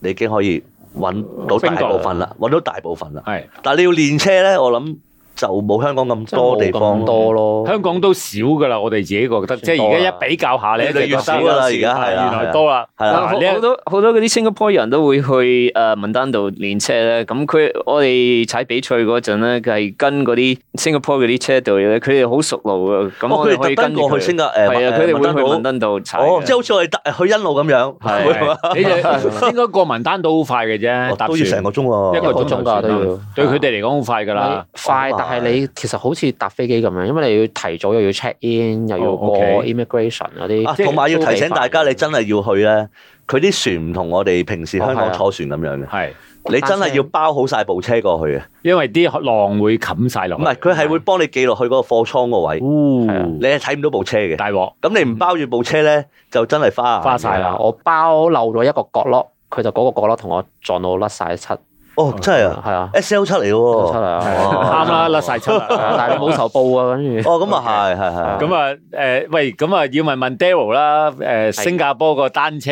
Speaker 4: 你已經可以揾到大部分啦，揾到大部分啦。
Speaker 1: 係
Speaker 4: 但係你要練車咧，我諗就冇香港咁
Speaker 3: 即係冇
Speaker 4: 多地方
Speaker 3: 咁多咯。
Speaker 1: 香港都少㗎啦，我哋自己覺得，即係而家一比較下你
Speaker 4: 越嚟越
Speaker 1: 就覺
Speaker 4: 少
Speaker 1: 得啊
Speaker 4: 㗎啦，而家係
Speaker 1: 原
Speaker 4: 啦
Speaker 1: 來
Speaker 4: 係啦
Speaker 1: 多啦，
Speaker 4: 係啊
Speaker 2: 好
Speaker 1: 嗱呢
Speaker 2: 好
Speaker 1: 一
Speaker 2: 多好多嗰啲新加坡人都會去誒文丹度練車咧，咁佢我哋踩比賽嗰陣咧，佢係跟嗰啲新加坡嗰啲車隊咧，佢哋好熟路嘅，咁
Speaker 4: 哦
Speaker 2: 我
Speaker 4: 佢
Speaker 2: 哋
Speaker 4: 哋
Speaker 2: 可以
Speaker 4: 特登
Speaker 2: 跟住
Speaker 4: 過
Speaker 2: 佢。
Speaker 4: 去新加誒
Speaker 2: 係啊，佢哋
Speaker 4: 文丹
Speaker 2: 會去
Speaker 4: 島
Speaker 2: 文丹度踩啊嘅。
Speaker 4: 哦，即係好似我哋搭去欣路咁樣，
Speaker 1: 係
Speaker 4: 會嘛
Speaker 1: 係你就應該過文丹都好快嘅啫，搭
Speaker 4: 哦都要成
Speaker 1: 船
Speaker 4: 個鐘喎，
Speaker 1: 一個
Speaker 3: 一個鐘
Speaker 1: 鐘
Speaker 3: 㗎
Speaker 1: 頭
Speaker 3: 都要
Speaker 1: 對佢哋嚟講好快㗎啦，
Speaker 3: 你快，但係你其實好似搭飛機咁樣，因為你要提早又要 check in，又要
Speaker 1: 哦
Speaker 3: 過
Speaker 1: ，OK
Speaker 3: immigration 嗰啲
Speaker 4: 啊，，
Speaker 3: 即係
Speaker 4: 同埋要
Speaker 3: 都
Speaker 4: 提
Speaker 3: 幾
Speaker 4: 醒大
Speaker 3: 快
Speaker 4: 家，你真係要去咧，佢啲船唔同我哋平時香
Speaker 3: 哦係
Speaker 4: 港
Speaker 3: 啊
Speaker 4: 坐船咁樣嘅，
Speaker 1: 係
Speaker 4: 你真係要包好晒部車過去嘅，
Speaker 1: 因為啲浪會冚晒落
Speaker 4: 唔
Speaker 1: 去，
Speaker 4: 係佢係會幫你記落去嗰個貨倉個位，
Speaker 3: 係啊
Speaker 1: 哦
Speaker 4: 你係睇唔到部車嘅。
Speaker 1: 大 鑊，
Speaker 4: 咁你唔包住部車咧，就真係花眼
Speaker 1: 花晒
Speaker 3: 係啦，我包漏咗一個角落，佢就嗰個角落同我撞到甩晒漆，
Speaker 4: 哦，真係啊
Speaker 3: 係啊，
Speaker 4: ，S L 出嚟
Speaker 3: 出
Speaker 4: 喎。
Speaker 3: 嚟 啊，
Speaker 4: 哦
Speaker 1: 啱啦，甩晒出
Speaker 3: 係啊
Speaker 1: 啦。
Speaker 3: 但係你冇仇報啊，跟住
Speaker 4: 哦，咁啊係係係。
Speaker 1: 咁啊，誒，喂，咁啊，要問問 Daryl 啦，誒，新加坡個單車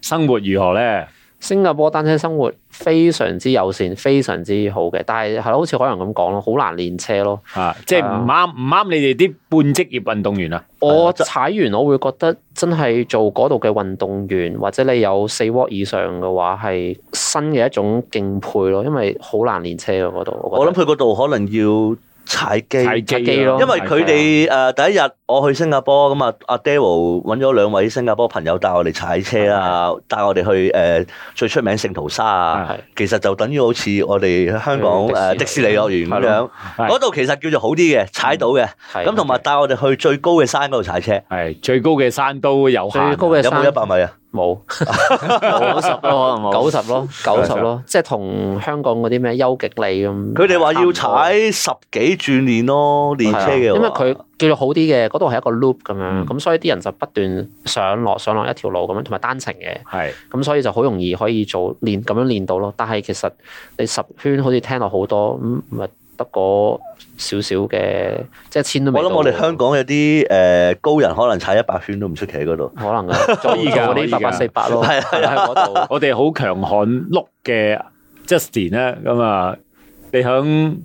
Speaker 1: 生活如何咧？
Speaker 3: 新加坡單車生活非常之友善，非常之好嘅，但係係咯，好似海洋咁講咯，好難練車咯。
Speaker 1: 啊，即係唔啱唔啱你哋啲半職業運動員啊？
Speaker 3: 我踩完我會覺得真係做嗰度嘅運動員，或者你有四 w 以上嘅話，係新嘅一種敬佩咯，因為好難練車嘅嗰度。
Speaker 4: 我
Speaker 3: 我
Speaker 4: 諗
Speaker 3: 覺得
Speaker 4: 佢嗰度可能要踩機。
Speaker 1: 踩機啊
Speaker 3: 踩機咯
Speaker 4: 因為佢哋誒第一日我去新加坡咁啊，阿 Daryl 揾咗兩位新加坡朋友帶我哋踩車啊，帶我哋去誒最出名聖淘沙啊
Speaker 1: à,
Speaker 3: 係，
Speaker 4: 其實就等於好似我哋香港
Speaker 3: 去
Speaker 4: 誒迪
Speaker 3: 迪
Speaker 4: 士
Speaker 3: 嗯士
Speaker 4: 尼
Speaker 3: 尼
Speaker 4: 樂園咁樣，
Speaker 1: 係
Speaker 4: 嗰度其實叫做好啲嘅，踩到嘅。
Speaker 3: 嗯係
Speaker 4: 咁同埋帶我哋去最高嘅山嗰度踩車，
Speaker 1: 係最高嘅山都有限，
Speaker 3: 最高嘅
Speaker 4: 有冇一
Speaker 3: 山
Speaker 4: 百米啊？
Speaker 3: 冇
Speaker 2: 九十咯，可能冇
Speaker 3: 九十咯，九十咯，即係同香港嗰啲咩優極利咁。
Speaker 4: 佢哋話要
Speaker 3: 差唔多
Speaker 4: 踩十幾轉練咯，練車嘅
Speaker 3: 係啊
Speaker 4: 話。
Speaker 3: 因為佢叫做好啲嘅，嗰度係一個 loop 咁樣，
Speaker 1: 嗯
Speaker 3: 咁、所以啲人就不斷上落上落一條路咁樣，同埋單程嘅，
Speaker 1: 係
Speaker 3: 咁所以就好容易可以做練咁樣練到咯。但係其實你十圈好似聽落好多，咁咪得嗰少少嘅，即係千都未
Speaker 4: 我
Speaker 3: 到。
Speaker 4: 諗我哋香港有啲誒高人可能踩一百圈都唔出奇喺嗰度。
Speaker 3: 可能 嘅，做
Speaker 1: 可以㗎
Speaker 3: 做
Speaker 1: 可以
Speaker 3: 啲
Speaker 1: 㗎
Speaker 3: 八八四八咯，
Speaker 4: 係啊
Speaker 3: 喺嗰度。
Speaker 1: 我哋好強悍碌嘅 Justin 咧，咁啊，你響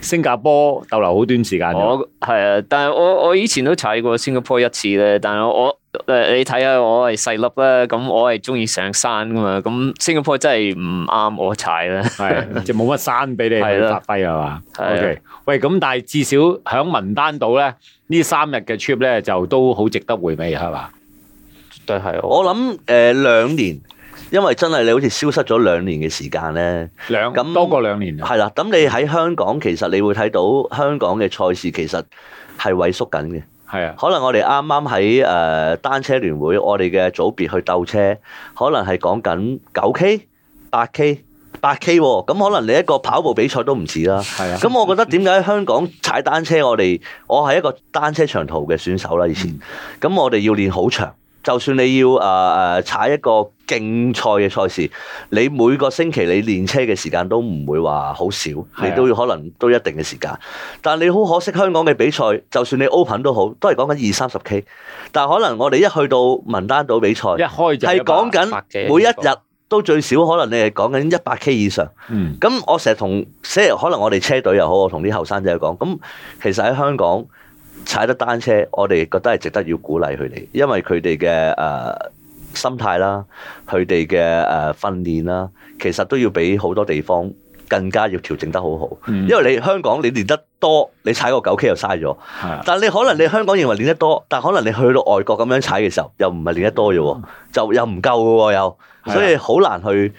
Speaker 1: 新加坡逗留好短時間咗，
Speaker 2: 我係啊，但係我我以前都踩過新加坡一次咧，但係我誒你睇下我係細粒啦，咁我係中意上山噶嘛，咁新加坡真係唔啱我踩啦。
Speaker 1: 係 即係冇乜山俾你去
Speaker 2: 係
Speaker 1: 發
Speaker 2: 啦
Speaker 1: 揮係嘛
Speaker 2: 係啊
Speaker 1: ？OK，喂，咁但係至少響文丹島咧，呢三日嘅 trip 咧就都好值得回味係嘛？
Speaker 3: 絕對係
Speaker 4: 我諗誒兩年，因為真係你好似消失咗兩年嘅時間咧。
Speaker 1: 兩
Speaker 4: 咁
Speaker 1: 多過兩年
Speaker 3: 嗯
Speaker 1: 啊，
Speaker 4: 係啦，咁你喺香港其實你會睇到香港嘅賽事其實係萎縮緊嘅。
Speaker 1: 係啊，
Speaker 4: 可能我哋啱啱喺誒單車聯會，我哋嘅組別去鬥車，可能係講緊九 K、八 K、八 K 喎。咁可能你一個跑步比賽都唔止啦。
Speaker 1: 係啊。
Speaker 4: 咁我覺得點解香港踩單車我哋我係一個單車長途嘅選手啦，以
Speaker 1: 嗯
Speaker 4: 前咁我哋要練好長，就算你要誒誒、呃踩一個競賽嘅賽事，你每個星期你練車嘅時間都唔會話好少，
Speaker 1: 啊
Speaker 4: 你都要可能都一定嘅時間。但你好可惜，香港嘅比賽就算你 open 都好，都係講緊二三十 K，但係可能我哋一去到文丹島比賽，
Speaker 1: 一開就
Speaker 4: 係
Speaker 1: 一百
Speaker 4: 講緊
Speaker 3: 百幾
Speaker 4: 每一日都最少可能你係講緊一百 K 以上。
Speaker 1: 嗯
Speaker 4: 咁我成日同即係可能我哋車隊又好，我同啲後生仔講，咁其實喺香港踩得單車，我哋覺得係值得要鼓勵佢哋，因為佢哋嘅誒心態啦，佢哋嘅誒訓練啦，其實都要比好多地方更加要調整得好好。
Speaker 1: 嗯，
Speaker 4: 因為你香港你練得多，你踩個九 K 又嘥咗，
Speaker 1: 係啊
Speaker 4: 但你可能你香港認為練得多，但可能你去到外國咁樣踩嘅時候，又唔係練得多嘅喎，就又唔夠嘅喎又，
Speaker 1: 嗯係啊
Speaker 4: 所以好難去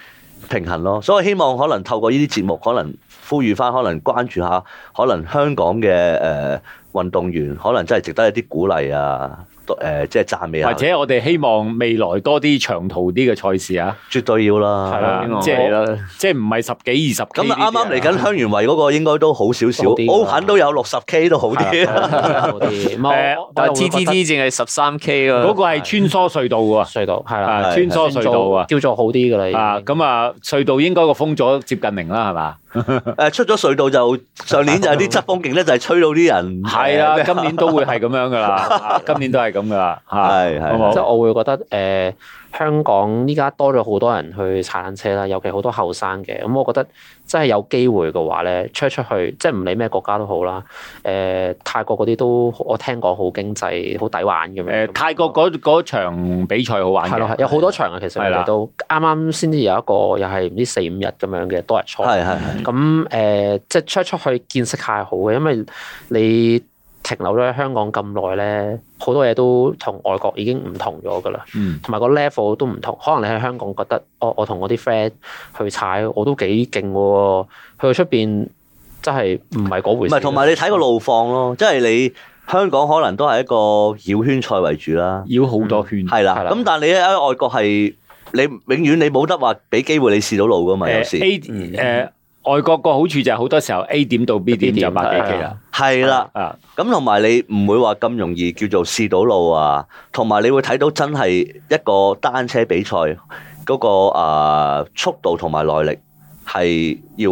Speaker 4: 平衡咯。所以希望可能透過呢啲節目，可能呼籲翻，可能關注下，可能香港嘅誒、呃、運動員，可能真係值得一啲鼓勵啊，誒、即係啊讚美下，
Speaker 1: 或者我哋希望未來多啲長途啲嘅賽事啊，
Speaker 4: 絕對要
Speaker 1: 係
Speaker 4: 啦。
Speaker 1: 啦
Speaker 2: 希望
Speaker 1: 即係
Speaker 2: 係啦。
Speaker 1: 即係唔係十幾二十 K
Speaker 4: 咁啊，啱啱嚟緊
Speaker 1: 呢啲啊啊
Speaker 4: 香園圍嗰個應該都好少少
Speaker 3: 好啲㗎
Speaker 4: ，Open 都有六十 K 都好 啲。
Speaker 3: 嗰 啲，唔係我
Speaker 2: 但係
Speaker 3: 我又會覺
Speaker 2: T T
Speaker 3: 得
Speaker 2: T 淨係十三 K 喎。
Speaker 1: 嗰個係穿梭隧道喎，
Speaker 3: 隧道係啦，
Speaker 1: 啊穿
Speaker 4: 係
Speaker 1: 梭隧道啊，
Speaker 3: 叫做好啲噶啦已經，
Speaker 1: 啊咁啊隧道應該個封咗接近零啦，係嘛？
Speaker 4: 誒呃出咗隧道就上年 就有啲側風景咧，就係吹到啲人
Speaker 1: 係啊 啦，今年都會係咁樣噶啦，啊今年都係咁噶啦，嚇
Speaker 4: 係係
Speaker 1: 好冇
Speaker 3: 即係我會覺得誒、呃香港依家多咗好多人去踩單車啦，尤其好多後生嘅。咁我覺得真係有機會嘅話咧，出一出去，即係唔理咩國家都好啦。誒、泰國嗰啲都我聽講好經濟，好抵玩咁樣。
Speaker 1: 誒泰國嗰嗰場比賽好玩
Speaker 3: 係咯，
Speaker 1: 嘅
Speaker 3: 係，有好多場啊，其實
Speaker 1: 係
Speaker 3: 佢
Speaker 1: 啦
Speaker 3: 哋都啱啱先至有一個，又係唔知四五日咁樣嘅多日賽。
Speaker 4: 呃係係係。
Speaker 3: 咁誒、呃即係出一出去見識下係好嘅，因為你停留咗喺香港咁耐咧，好多嘢都同外國已經唔同咗㗎啦，
Speaker 1: 嗯
Speaker 3: 同埋個 level 都唔同。可能你喺香港覺得，哦，我同我啲 friend 去踩，我都幾勁喎，去到出邊真係唔係嗰
Speaker 4: 唔
Speaker 3: 回事。啊
Speaker 4: 係，同埋你睇個路況咯，即係你香港可能都係一個繞圈賽為主啦，
Speaker 1: 繞好多圈。
Speaker 4: 係啦
Speaker 3: 係。啦
Speaker 4: 咁但係你喺外國係你永遠你冇得話俾機會你試到路噶嘛，有
Speaker 1: 誒
Speaker 4: 時
Speaker 1: A 誒外國個好處就係好多時候 A 點到 B 點就百幾 K 啦，
Speaker 4: 係啦。
Speaker 1: 啊
Speaker 4: 咁同埋你唔會話咁容易叫做試到路啊，同埋你會睇到真係一個單車比賽嗰、個啊、速度同埋耐力係要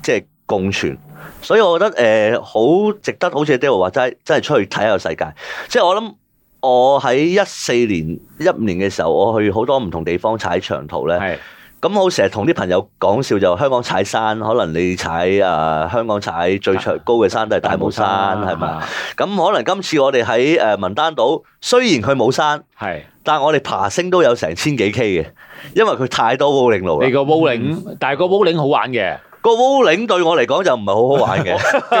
Speaker 4: 即係共存，所以我覺得誒好、值得，好似 Daryl 話齋，真係出去睇下個世界。即係我諗，我喺一四年、一五年嘅時候，我去好多唔同地方踩長途咧。
Speaker 1: 係
Speaker 4: 咁我成日同啲朋友講笑就香港踩山，可能你踩啊、香港踩最長高嘅山都係大帽山，係咪？
Speaker 1: 啊
Speaker 4: 咁可能今次我哋喺誒文丹島，雖然佢冇山，
Speaker 1: 係。
Speaker 4: 但我哋爬升都有成千幾 K 嘅，因為佢太多 w o l i n 路
Speaker 1: 你
Speaker 4: 啦。
Speaker 1: 個 bowling，但係個 bowling 好玩嘅，
Speaker 4: 個 w o l i n 對我嚟講就唔係好好玩 嘅，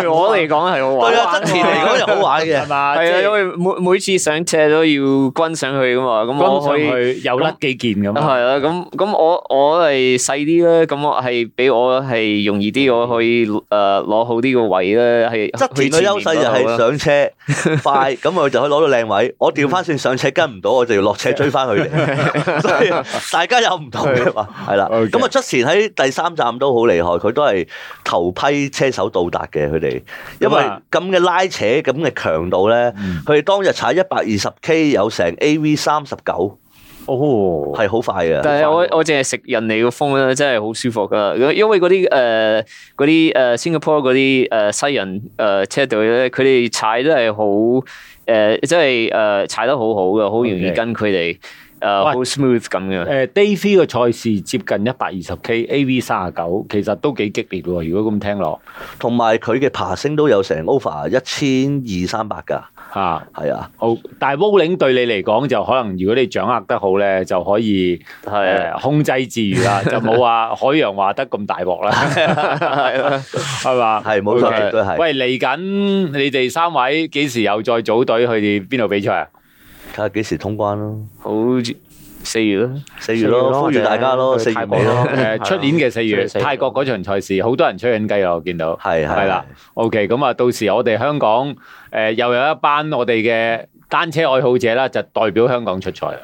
Speaker 2: 對 我嚟講係好玩
Speaker 4: 對。啊阿側田嚟講就好玩
Speaker 1: 係
Speaker 4: 嘅。
Speaker 1: 嘛？
Speaker 2: 係啊，因
Speaker 1: 即係
Speaker 2: 為每每次上車都要跟上去噶嘛，咁我
Speaker 1: 跟上
Speaker 2: 可以。
Speaker 1: 去又甩幾件咁
Speaker 2: 係
Speaker 1: 啊，
Speaker 2: 啊，咁咁我我係細啲咧，咁我係俾我係容易啲，我可以誒攞好啲個位咧，係
Speaker 4: 側田嘅
Speaker 2: 啊去前
Speaker 4: 優勢
Speaker 2: 面嗰
Speaker 4: 就
Speaker 2: 度啦
Speaker 4: 係上車快，咁我就可以攞到靚位。我調翻轉上車跟唔到，我就要落車追翻佢哋。所以大家有唔同嘅嘛，係啦。
Speaker 1: OK
Speaker 4: 咁啊，側田喺第三站都好厲害，佢都係頭批車手到達嘅佢哋，因為
Speaker 1: 咁啊
Speaker 4: 咁嘅拉扯咁嘅強度咧。
Speaker 1: 嗯
Speaker 4: 佢哋當日踩一百二十 K 有成 AV 三十九，
Speaker 1: 哦，
Speaker 4: 係好快嘅。
Speaker 2: 但係我我淨係食人哋個風咧，真係好舒服噶。因為嗰啲誒嗰啲誒 Singapore 嗰啲誒西人誒、呃、車隊咧，佢哋踩都係好誒，即係誒踩得好好嘅，好容易
Speaker 1: OK
Speaker 2: 跟佢哋誒
Speaker 1: 喂
Speaker 2: 好 smooth 咁嘅。
Speaker 1: 诶 Day Three 嘅賽事接近一百二十 K，AV 三十九，其實都幾激烈喎。如果咁聽落
Speaker 4: 同埋佢嘅爬升都有成 over 一千二三百㗎，
Speaker 1: 吓。啊
Speaker 4: 係啊，
Speaker 1: 好，但係 w o l i n g 對你嚟講就可能，如果你掌握得好咧，就可以
Speaker 2: 係啊
Speaker 1: 誒控制自如 啦，就冇話海洋話得咁大鑊啦。
Speaker 2: 係啊
Speaker 1: 係嘛？
Speaker 4: 係冇錯
Speaker 1: OK
Speaker 4: 絕對係
Speaker 1: 喂，嚟緊你哋三位幾時又再組隊去邊度比賽 啊？
Speaker 4: 睇下幾時通關咯，
Speaker 2: 好四月啦，
Speaker 4: 四月咯，呼籲大家咯，四月尾咯，
Speaker 1: 诶，出年嘅四月，泰國嗰場賽事，好多人吹緊雞啊！我見到。
Speaker 4: 係
Speaker 1: 係
Speaker 4: 係
Speaker 1: 啦。OK，咁啊，到時我哋香港诶、誒又有一班我哋嘅單車愛好者啦，就代表香港出賽啦。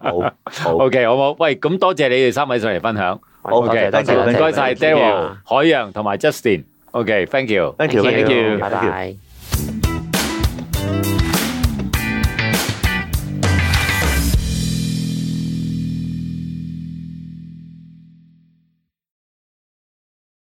Speaker 4: 好 好
Speaker 1: OK，好冇？喂，咁多謝你哋三位上嚟分享。
Speaker 4: 好
Speaker 1: OK，
Speaker 4: 多謝多謝
Speaker 1: 唔該晒
Speaker 4: thank
Speaker 1: Daryl、海洋同埋 Justin。OK，thank you。
Speaker 4: ，thank you，thank
Speaker 2: Thank you，
Speaker 4: you，thank
Speaker 3: 拜
Speaker 4: you。
Speaker 3: 拜。